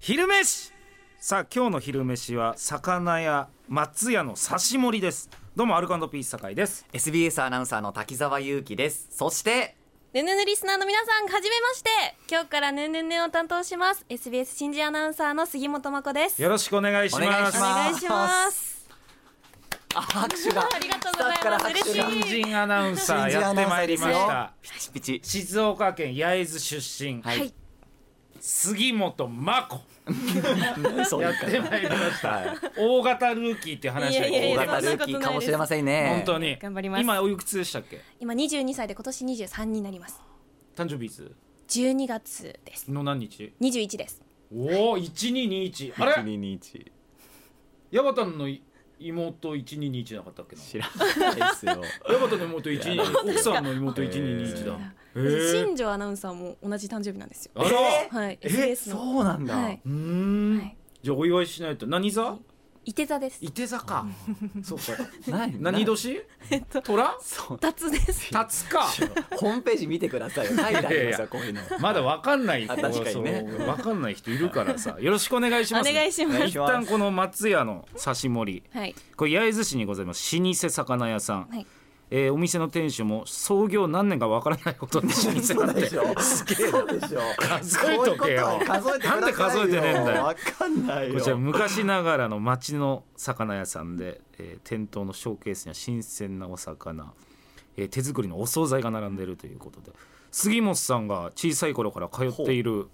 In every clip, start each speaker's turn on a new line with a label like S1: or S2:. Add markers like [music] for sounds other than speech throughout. S1: 昼飯さあ今日の昼飯は魚屋松屋の刺し盛りですどうもアルコピース酒井です
S2: SBS アナウンサーの滝沢祐希ですそして
S3: ヌヌヌリスナーの皆さん、はじめまして。今日からヌヌヌを担当します。SBS 新人アナウンサーの杉本真子です。
S1: よろしくお願いします
S2: お願いし
S3: お
S2: ま
S3: 願いします。
S2: あ拍手が
S3: ありがとうござい
S2: スタッ
S3: ます
S2: フから拍手が
S3: 嬉しい
S1: 新人アナウンサー
S2: 新人
S1: や
S2: ア
S1: っ
S2: ナ
S1: て
S2: ウンサ
S1: ま
S2: ー
S1: い
S2: で
S1: り
S2: す
S1: ま
S2: よ
S1: した
S2: ピチピチ
S1: 静岡県焼津出身、
S2: はい
S3: はい。
S1: 杉本真子
S2: そう
S1: や
S2: いう
S1: っ
S2: か
S1: てまいりました、
S2: はい
S1: 大型ルーキーっていう話が
S3: いや
S2: 大
S3: いやいや
S2: 型ルーキーかもしれませんね
S1: 本当に
S3: 頑張ります
S1: 今おいくつでしたっけ
S3: 今22歳で今年23になります。
S1: 誕生日いつ
S3: 12月です。
S1: の何日
S3: 21です。
S1: おお1221あれ
S2: 1221
S1: ヤバタンの妹1221なかったっけな
S2: 知らないですよ
S1: [laughs] ヤバタンの妹12奥さんの妹1221だへー
S3: 新庄アナウンサーも同じ誕生日なんですよ。
S1: あら
S2: え
S3: はい。
S1: え
S3: SBS の。
S2: そうなんだ、
S3: はい。
S1: うーん、
S3: はい
S1: じゃあお祝いしないと何座
S3: 伊手座です。
S1: いて座かそうか
S2: 何
S1: 何
S3: [laughs]
S1: 年虎
S2: そう
S3: 脱です。
S1: 立つ
S2: [laughs]
S1: か
S2: ホームページ見てくださいよ入らないですよこういうの
S1: まだわかんない
S2: あ確かにね
S1: そうわかんない人いるからさよろしくお願いします
S3: お願いします
S1: 一旦この松屋の刺し盛り
S3: はい。
S1: これ焼津市にございます老舗魚屋さん、
S3: はい。
S1: えーお店の店主も創業何年かわからないことに老舗なんで [laughs]
S2: しょすげえでしょ
S1: 数えとけよ
S2: こういうことは数えてください
S1: な
S2: よ
S1: んで数えてねえんだよ
S2: わかんないよ
S1: こちら昔ながらの町の魚屋さんで、えー店頭のショーケースには新鮮なお魚、えー手作りのお惣菜が並んでいるということで杉本さんが小さい頃から通っている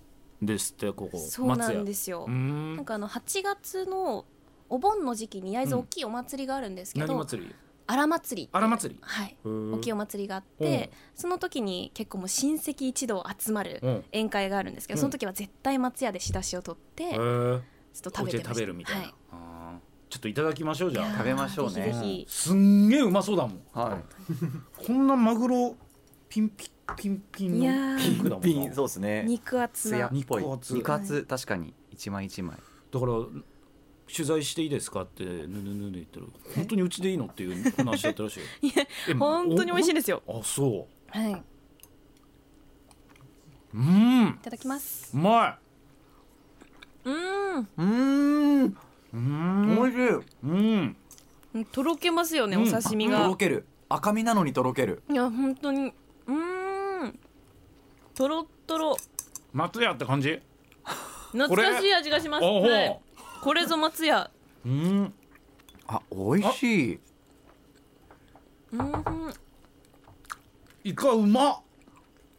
S1: んですってここ
S3: そうなんですすよ
S1: うー。ん
S3: なんかあの8月のお盆の時期に焼津大きいお祭りがあるんですけ
S1: 何
S3: ど、
S1: 祭り
S3: 荒祭りっていう。
S1: 荒祭り
S3: はい。
S1: へー
S3: 大きいお祭りがあってその時に結構もう親戚一同集まる
S1: うん
S3: 宴会があるんですけど、
S1: うん
S3: その時は絶対松屋で仕出しを取って、
S1: へ
S3: ちょっ
S1: ー
S3: と
S1: お
S3: 食
S1: 家
S3: べて
S1: で
S3: ました
S1: 食べるみたいな、
S3: はい
S1: あーちょっといただきましょうじゃ
S2: 食
S1: あ
S2: べましょうね
S3: ぜひぜひ
S1: すんげえうまそうだもん
S2: は
S1: こんなマグロピンピンピンピン
S3: いや
S1: の
S3: ー
S1: ピンクだもん
S2: い
S1: な
S2: ピンそうですね
S3: 肉厚
S2: 艶
S3: な
S2: っぽい
S1: 肉厚
S2: 肉厚確かに一枚一枚
S1: だから取材していいですかってぬぬぬぬ言ったら本当にうちでいいのっていう話だったらしい
S3: [laughs]
S1: よえ
S3: 本当に美味しいですよ
S1: おあそ
S3: はいいう
S1: うんう
S3: ただきます
S1: ま
S3: うーん
S2: うーん
S1: いうーん
S2: いしい
S1: うん
S3: うんとろけますよね、
S1: うん
S3: お刺身
S2: と
S3: が
S2: ろける赤身なのにとろける
S3: いや本当にうーんとろっとろ
S1: 松屋って感じ
S3: 懐かしい味がします
S1: あほう
S3: はいこれぞ松屋
S1: うん
S2: あ美味しいう
S3: ーん
S1: イカうま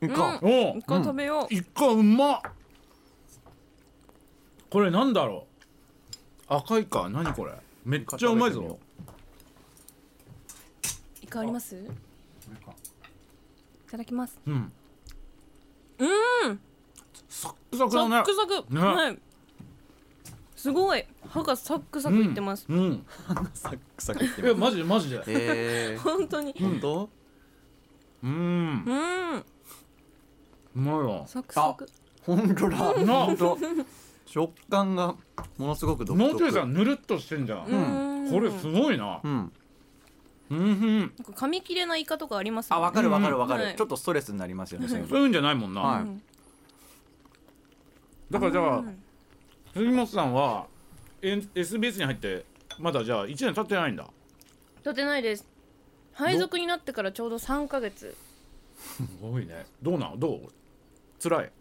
S2: いか
S3: う
S1: おう
S3: 一回食べよう、
S1: イカうまこれなんだろう赤イカ何これめっちゃうまいぞ
S3: イカありますいただきます
S1: うん
S3: うーん
S1: サックサク
S3: サ
S1: だね
S3: ックサク、
S1: ね
S3: はいすごい歯がサックサクいってます、
S1: うんうん
S2: サックサクいって
S1: えマジでマジで
S2: [laughs] え
S3: 本当に
S2: ー、本当
S1: うん
S3: うーん
S1: うまいわ
S3: サクサク
S2: 本当だ
S1: な
S2: 本当食感がものすごく独
S1: もうちょ
S2: 特
S1: いさぬるっとしてんじゃん、
S3: う
S2: うん
S1: これすごいな
S2: うん
S1: うんうん
S3: なんか噛み切れないイカとかあります
S2: あわかるわかるわか
S3: は
S2: る
S3: い
S2: ちょっとストレスになりますよねそれ
S1: そういうんじゃないもんな、
S2: はい
S3: うん
S1: だからじゃあ
S3: うん
S1: 杉本さんは、え SBS に入ってまだじゃあ1年経ってないんだ
S3: 立てないです配属になってからちょうど3ヶ月
S1: すごいねどうなのどう辛い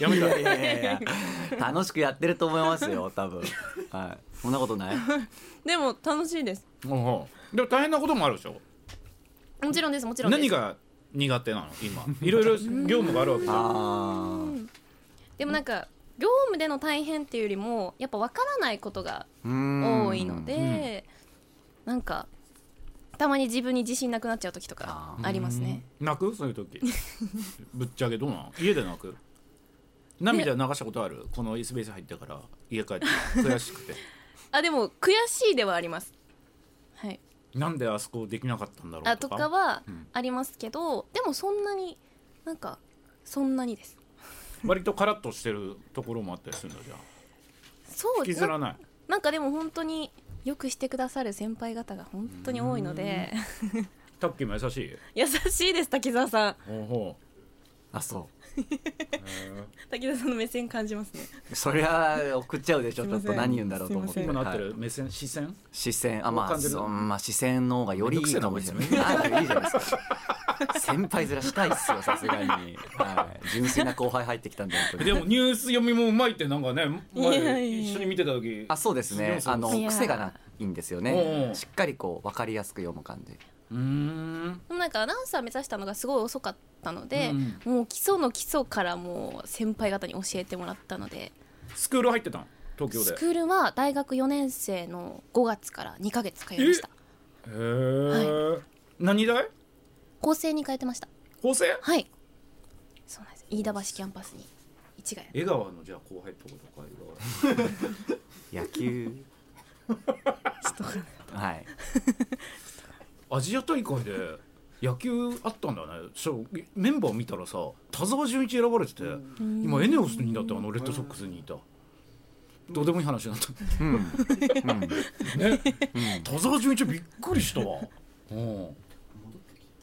S1: やめ
S2: い
S1: た
S2: やいやいやい [laughs] や楽しくやってると思いますよ多分はいそんなこと
S3: [laughs]
S2: ない
S3: でも楽しいです
S1: うんうんでも大変なこともあるでしょ
S3: もちろんですもちろんです
S1: 何が苦手なの今いろいろ業務があるわけじゃん
S2: あ
S3: でもなんか業務での大変っていうよりもやっぱわからないことが
S2: ー
S3: 多いので、なんかたまに自分に自信なくなっちゃう時とか
S2: あー
S3: ありますね。
S1: 泣くそういう
S3: [laughs]
S1: 時ぶっちゃけどうなの家で泣く涙流したことあるこの SBS 入ってから家帰って悔し
S3: [laughs]
S1: くて
S3: あでも悔しいではあります。はい。
S1: なんであそこできなかったんだろう
S3: あ
S1: と
S3: と
S1: か
S3: かは
S1: うん
S3: ありますけど、でもそんなになんかそんなにです。
S1: 割とカラッとしてるところもあったりするんだじゃあ
S3: そう
S1: 引き
S3: です
S1: ずらない
S3: なんかでも本当によくしてくださる先輩方が本当に多いので
S1: タッキーも優しい
S3: [laughs] 優しいです滝沢さん。
S1: ほうほ
S2: あそ
S3: 滝田さんの目線感じますね
S2: うそりゃ送っちゃうでしょ
S3: すい
S2: ちょ
S3: ま
S2: っ
S3: せん
S2: と何言うんだろうと思っ
S3: す
S2: て
S3: い
S1: 今なって
S2: はい
S1: る目線視線
S2: 視線あま
S1: こう
S2: あ
S1: 感じる
S2: そうまあ視線の方がよりいいかもしれない
S1: めんどく
S2: あいいじゃないですか先輩面したいっ
S1: [laughs]
S2: すよさすがに、はい、純粋な後輩入ってきたんで本当
S1: で
S2: に
S1: もニュース読みもうまいってなんかね
S3: いやいや
S1: 前
S3: いや
S1: 一緒に見てた時
S2: あそうですねあの
S3: いや
S2: 癖がないんですよ
S1: おうお
S2: ね
S1: う
S2: しっかりこう分かりやすく読む感じ
S1: うーん
S3: でもなんかアナウンサー目指したのがすごい遅かったので、
S1: うん
S3: もう基礎の基礎からもう先輩方に教えてもらったので
S1: スクール入ってたん東京
S3: ス
S1: で
S3: クールは大学4年生の5月から2ヶ月通いました
S1: へえ、何大
S3: 構成に通ってました
S1: 法政
S3: はいそうなんです飯田橋キャンパスに一概
S1: 江川のじゃあ後輩ってことか江川
S2: 野球はい
S1: アジア大会で野球あったんだねそうメンバー見たらさ田沢純一選ばれてて今エネオスにだってあのレッドソックスにいたどうでもいい話になった
S2: うん、うん
S1: ね
S2: うん
S1: 田沢純一びっくりしたわ、うん、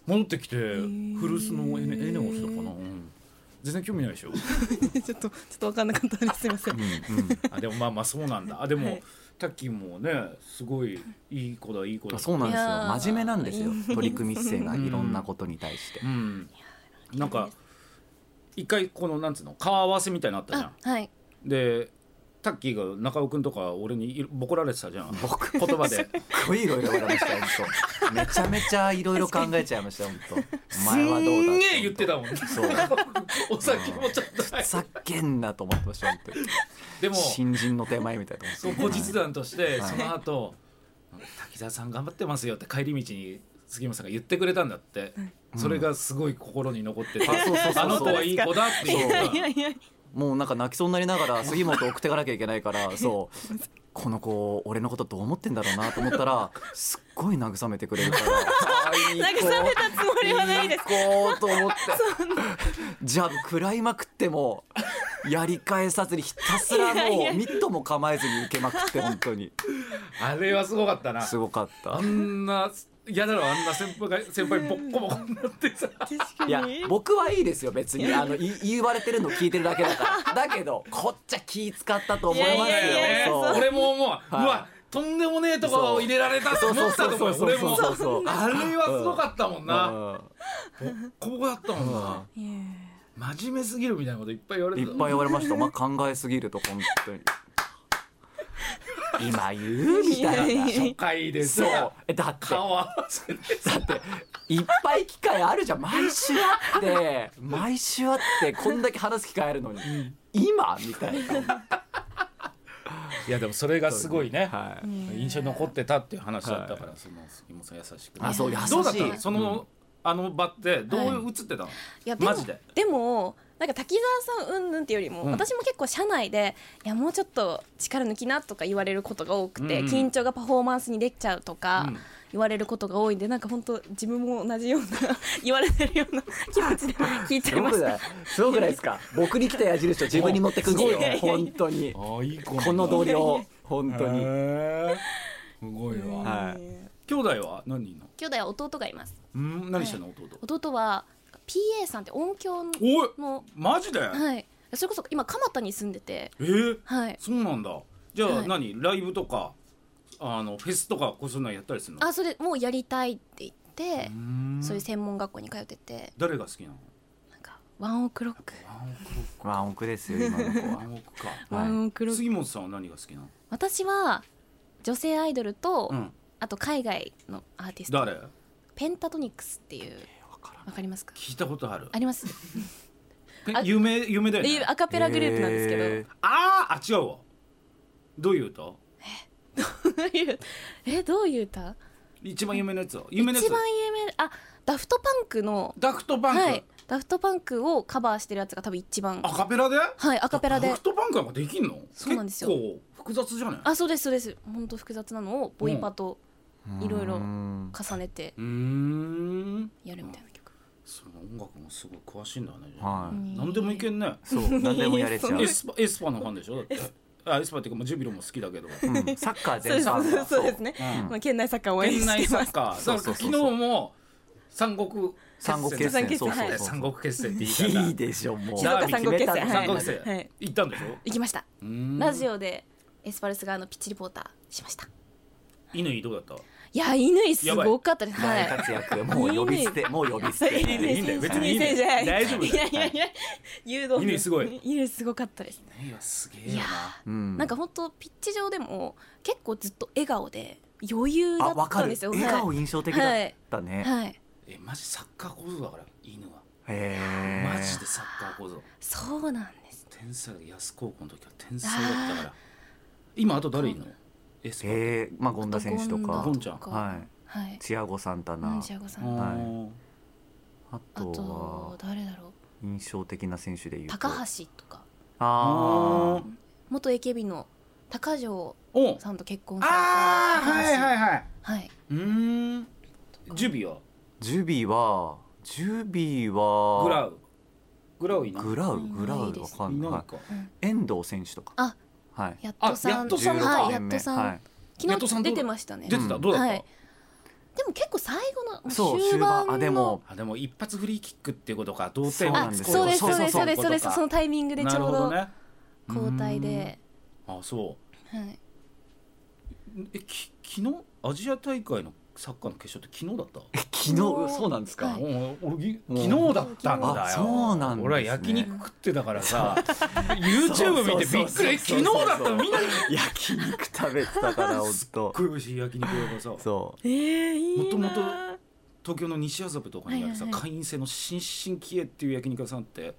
S1: 戻ってきて古巣のエネエネオスだかな、うん全然興味ない
S2: [laughs]
S1: でしょ
S3: ちょっとちょ [laughs] っと分かんなかったですすいません
S2: うん
S1: あでもまあまあそうなんだあでも、
S3: はい
S1: タッキーもねすごいいい子だいい子だ
S2: あそうなんです
S3: いやー
S2: よ真面目なんですよ取り組み姿勢がいろんなことに対して
S1: うん、なんか一回このなんつうの顔合わせみたいなのあったじゃ
S3: あ
S1: ん
S3: はい
S1: でタッキーが中尾君とか俺にいボコられてたじゃん
S2: 僕
S1: 言葉で
S2: すごいいろいろ言われましたよ本当めちゃめちゃいろいろ考えちゃいましたよ本当お前はどうだ
S1: すんげえ言ってたもん
S2: そう
S1: お酒もちょっとない
S2: ふざけんなと思ってました本当に
S1: でも
S2: 新人の手前みたいな
S1: そう後日談として
S2: はい
S1: その後、滝沢さん頑張ってますよって帰り道に杉山さんが言ってくれたんだって、それがすごい心に残ってて、
S2: あそうそうそうそう
S1: あの子はいい子だっていうのが
S3: いやいや
S2: もうなんか泣きそうになりながら杉本送ってかなきゃいけな
S1: [laughs]
S2: いからそうこの子俺のことどう思ってんだろうなと思ったらすっごい慰めてくれ
S1: [laughs]
S2: るから
S3: 慰めたつもりはないです
S2: こうと思ってじゃあ食らいまくってもやり返さずにひたすら
S3: いやい
S2: も
S3: や
S2: うみっとも構えずに受けまくって本当に
S1: あれはすごかったな
S2: すごかった
S1: あんな嫌だろあんな先輩が先輩ボッコボコになってさ
S3: 確か
S2: いや僕はいいですよ別にあのい言われてるの聞いてるだけだからだけどこっちゃ気使ったと思いますよ
S3: いやいやいや
S2: そう
S1: 俺も思う、
S2: いう
S1: わとんでもねえとこを入れられたと思ったと思うよ俺も
S2: そうそう
S1: あれはすごかったもんな
S2: あ
S1: ここだったもんな
S3: にいや
S1: 真面目すぎるみたいなこといっぱい言われ
S2: い
S1: て
S2: ったぱい言われました、まあ、考えすぎると本当
S3: [laughs]
S2: に今言うみたいな
S1: 初回で
S2: そ
S1: さ
S2: うえだって
S1: 顔合わせて
S2: だっていっぱい機会あるじゃん毎週あって毎週あってこんだけ話す機会あるのに、今みたいない
S1: やでもそれがすごいね、
S2: はい
S1: 印象に残ってたっていう話だったから、その杉本さん優しくね
S2: あそう優しい
S1: どうだったのその、あの場ってどう映ってたの、
S3: いやでも
S1: マジで
S3: でもなんか滝沢さんうんぬんっていうよりも、
S1: うん
S3: 私も結構社内でいやもうちょっと力抜きなとか言われることが多くて、
S1: うんうん
S3: 緊張がパフォーマンスにできちゃうとか
S1: うん
S3: 言われることが多いんで、なんか本当自分も同じような [laughs] 言われてるような気持ちで聞いち
S2: す
S3: ゃい
S2: ご
S3: ま
S2: く
S3: した。
S2: ないすごくないですか僕に来た矢印を自分に持ってくんですよ
S1: いやいやいや
S2: 本当に
S1: ああいい子
S2: この同僚本当に
S1: へえすごいわ、
S2: はい
S1: 兄弟は何人いんの
S3: 兄弟は弟がいます。
S1: うん何してんの弟
S3: 弟は PA さんって音響
S1: おい
S3: の
S1: マジで、
S3: はいそれこそ今蒲田に住んでて
S1: えー、
S3: はい
S1: そうなんだじゃあ、
S3: はい
S1: 何ライブとかあのフェスとかこうそんなんやったりするの
S3: あそれもうやりたいって言って
S1: うー、ん
S3: そういう専門学校に通ってて
S1: 誰が好きなの
S3: なんかワンオクロック
S1: ワンオ
S2: ワンオクですよ今の子
S1: ク
S2: は
S1: ワンオク
S3: [laughs]
S1: か
S2: はい
S3: オク
S1: 杉本さんは何が好きなの
S3: 私は女性アイドルと、
S1: うん
S3: あと海外のアーティスト
S1: 誰
S3: ペンタトニックスっていう
S2: わからん
S3: わかりますか
S1: 聞いたことある
S3: あります
S1: え
S3: あ
S1: 有名有名だよ
S3: で
S1: ね
S3: アカペラグループなんですけど、
S2: へー
S1: あーあ違うわどういう歌
S3: [laughs] えどういう歌
S1: 一番有名なやつは有
S3: 一
S1: 名
S3: 番
S1: なやつ
S3: 有名あダフトパンクの
S1: ダクトパンク、
S3: はいダフトパンクをカバーしてるやつが多分一番
S1: アカペラで
S3: はいアカペラで
S1: ダクトパンクなんかできんの
S3: そうなんですよ
S1: 結構複雑じゃない
S3: あそうですそうです本当複雑なのをボイパといろいろ
S2: うん
S3: 重ねて
S1: うーん
S3: やるみたいな曲、
S1: その音楽もすごい詳しいんだね、、
S2: はい
S1: 何でもいけんね
S2: そう何でもやれちゃう
S1: エスパエスパのファンでしょだってあエスパっていうかまあジュビロも好きだけど
S2: うんサッカー
S3: そう
S2: 全
S3: で
S2: 般
S3: すそうですそうですね、
S1: うん
S3: まあ、県内サッカーを応援
S1: 県内
S3: して
S1: サ
S3: ます
S1: ッカーだから
S2: そうそう
S1: 昨
S2: そう
S1: 日
S2: そう
S1: も三国
S2: 三国決戦
S3: 三国決戦
S2: そうそう
S3: は
S2: そう
S1: 三国決戦って言い方
S2: いいでしょもう
S1: 静岡
S3: 三国決
S2: ダ
S3: 戦
S2: ービー決めた
S1: 三
S3: はい
S1: 国決
S3: は
S1: 戦
S3: い
S1: 行ったんでしょ
S3: 行きました
S1: うーん
S3: ラジオでエスパルス側のピッチリポーターしました
S1: 乾どうだっ
S3: いや乾すごかったですは
S2: 大
S3: い
S2: 活躍もう呼び捨てもう呼び捨て
S1: いいねいいんだよ別にいいんだよ
S3: 選手はい
S1: 大丈夫だよ
S3: いやいやいや誘導
S1: 乾すごい
S3: 乾すごかったです
S1: たいやすげえ
S3: いや
S1: よな
S2: な
S3: なんか本当ピッチ上でも結構ずっと笑顔で余裕だ
S2: あわ
S3: っ
S2: か
S3: たん
S2: る
S3: ですよ
S2: 笑顔印象的だった
S3: はい、
S2: ね
S3: はい、
S1: えマジサッカー小僧だから犬は
S2: へ
S1: マ
S2: え
S1: ジでサッカー小僧
S3: そうなんです
S1: 天才だ安高校の時は天才だったから今あと誰いるのエスパー
S2: えまあ権田選手と
S1: あ
S2: か
S1: ゴンちゃん
S2: は
S3: はい
S2: いチアゴサンタナ
S3: ンジャゴさ
S1: あ
S3: ん
S2: はい
S1: ー
S2: あ
S3: あ
S2: と
S3: と
S2: は
S3: 誰だろ
S2: 印象的な選手でいううと
S3: 高橋とか
S2: あ
S1: ー
S3: 元 AKB の高城
S1: お
S3: さんと結婚された
S1: あーはいはい
S3: い
S1: はい
S3: はい、
S1: うーんジュビは
S2: ージュビはジュビは
S1: グラウグラウいない
S2: グラウグラ
S3: いな
S2: ウ
S3: いです
S2: わかん
S1: い
S2: ない
S1: ない
S2: は
S1: か
S3: うん
S2: い遠藤選手とか
S3: あ
S2: はい
S3: やっ
S1: あ
S3: とさん
S1: やっとさん
S3: はい、
S2: 16年
S3: やっと
S2: 目
S3: さん、
S2: はい
S1: やっ
S3: 昨
S1: とさん
S3: 日
S1: どう
S3: 出てましたね
S1: 出てた
S2: うん
S1: どうだった、
S3: はいでも結構最後の
S2: そう
S3: 終
S2: 終盤
S3: 盤の
S2: あでも
S1: あでも一発フリーキックっていうことか同点
S2: そうな
S3: あ
S2: んですよ
S3: そうですそうです
S2: そ
S3: そ
S2: そうそう
S3: ううですそうですそのタイミングでちょうど
S1: なるほどね
S3: 交代で、
S1: うーんあそ
S3: はい、
S1: うえき昨日アジア大会のサッカーの決勝って昨日だった
S2: え昨日そうなんですか
S3: はい
S1: うん俺ぎ
S2: うん
S1: 昨日だったんだよ
S2: あそうなんですね
S1: 俺は焼肉食ってたから
S2: [laughs]
S1: さ YouTube 見てびっくりえ
S2: そ
S1: 昨
S2: うそうそうそう
S1: 日だったのみんな
S2: 焼肉食べて
S1: [laughs]
S2: たから本当
S1: 食うしい焼肉屋がさ
S2: そ
S3: えー、いいな
S1: もともと東京の西麻布とかにあるさ、
S3: はいはいはい
S1: 会員制の新進気鋭っていう焼肉屋さんって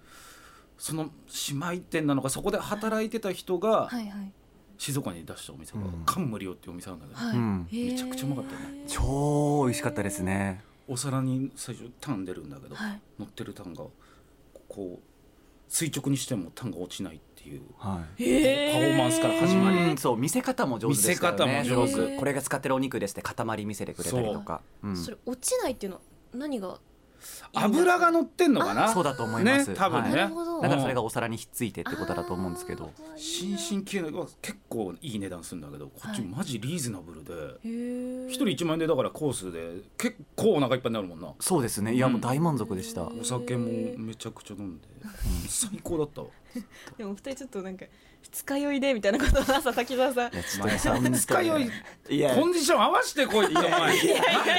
S1: その姉妹店なのかそこで働いてた人が
S3: はいはい
S1: 静岡に出したお店が、
S2: うん
S1: カンムリオっていうお店なんだけど、
S3: はい、
S2: うん
S1: めちゃくちゃうまかったよね
S2: う超美味しかったですね
S1: お皿に最初タン出るんだけど、
S3: はい
S1: 乗ってるタンがこうこう垂直にしてもタンが落ちないっていう
S2: はい
S3: パフ
S1: パフォーマンスから始まり
S2: うんそう見せ方も上手ですからね
S1: 見せ方も上手
S2: すごくこれが使ってるお肉ですって塊見せてくれたりとかうん
S3: それ落ちないっていうのは何が
S1: 油が乗ってんのかな
S2: そうだと思います
S1: ね多分ね、
S3: なるほど
S2: だからそれが
S1: うん
S2: お皿にひっついてってことだと思うんですけど
S3: あー
S1: 新進気鋭が結構いい値段するんだけどこっち
S3: はい
S1: マジリーズナブルで
S3: へー
S1: 一人1万円でだからコースで結構お腹いっぱいになるもんな
S2: そうですねいやもう大満足でした、
S3: うん
S1: お酒もめちゃくちゃ飲んで最高だったわ
S3: でもお二人ちょっとなんか二日酔いでみたいなことを朝滝沢さん
S2: いやちょっ
S1: 前
S2: と
S1: さ
S2: 本当に
S1: 二日酔い
S2: いや
S1: コンディション合わせてこいってお前ま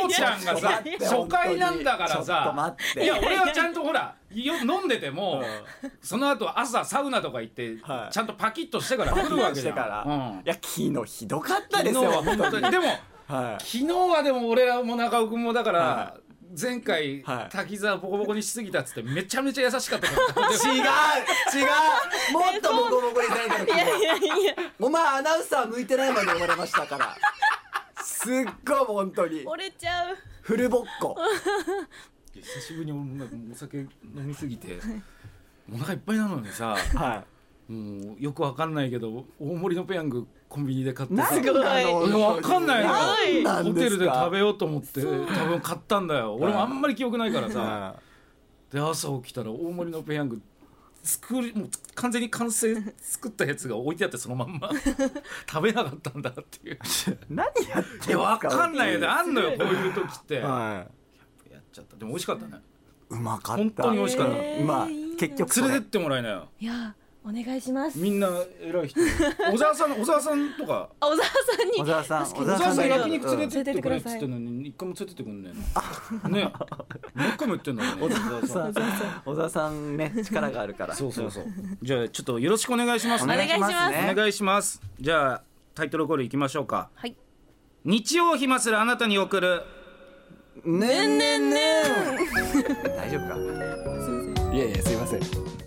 S1: こちゃんがさ
S2: ちょっと待って
S1: 初回なんだから
S2: ちょっと
S1: さ
S2: 待って
S1: いや俺はちゃんとほらよ飲んでてもその後朝サウナとか行って
S2: はい
S1: ちゃんとパキッとしてから来るわけじゃんうん
S2: いや昨日ひどかった
S1: 昨
S2: で
S1: 日
S2: すよ
S1: は本当にでも
S2: は
S1: 昨日はでも俺らも中尾君もだから、
S2: は
S1: 前回、
S2: はい
S1: 滝沢ボコボコにしすぎたっつってめちゃめちゃ優しかったから [laughs]
S2: い、違う違うもっとボコボコにされたの
S3: いやいやいや
S2: お前アナウンサー向いてないまで生まれましたからすっごい本当に
S3: 折れちゃう
S2: フルボッコ
S1: 久しぶりに俺もお酒飲みすぎてお腹いっぱいなのにさ
S2: は
S1: もうよくわかんないけど大盛りのペヤングコンビニで買って
S2: い
S1: さ
S3: すごい
S1: わかんないの
S3: はい
S1: ホテルで食べ
S2: よ
S1: ようと思って多分買ったんだよ俺もあんまり記憶ないからさで朝起きたら大盛りのペヤング作りもう完全に完成作ったやつが置いてあってそのま [laughs] んま食べなかったんだっていう
S2: 何やって
S1: いやわかんないよねあんのよこういう時ってや
S2: は
S1: っちゃったでも美味しかったね
S2: いうまかった
S1: 本当に美味しかった
S3: へー
S2: まあ
S3: いいな
S2: 結局そ
S1: 連
S2: れ
S1: れてってもらえなよ
S3: いやお願いします
S1: みんな偉い人 [laughs] 小沢さん小沢さんとか
S3: あ小沢さんに
S2: 小沢さん
S3: 確かに
S2: 小
S1: 小沢さん
S2: が
S1: 焼肉連れてってくれっ
S3: 連れてってく
S1: つ
S3: だ
S1: っ
S3: さい
S1: てんのに一回も連れてってくんねえのね何回も言ってんだもんね小沢さん
S2: 小沢さんね力があるから
S1: そうそうそうじゃあちょっとよろしくお願いします
S2: お
S1: ね
S2: 願いしますね
S1: お願いしますじゃあタイトルコールいきましょうか
S3: はい
S1: 日曜暇するあなたに送る [laughs]
S2: ねんねんねん大丈夫か
S3: すいません
S2: いやいやすいません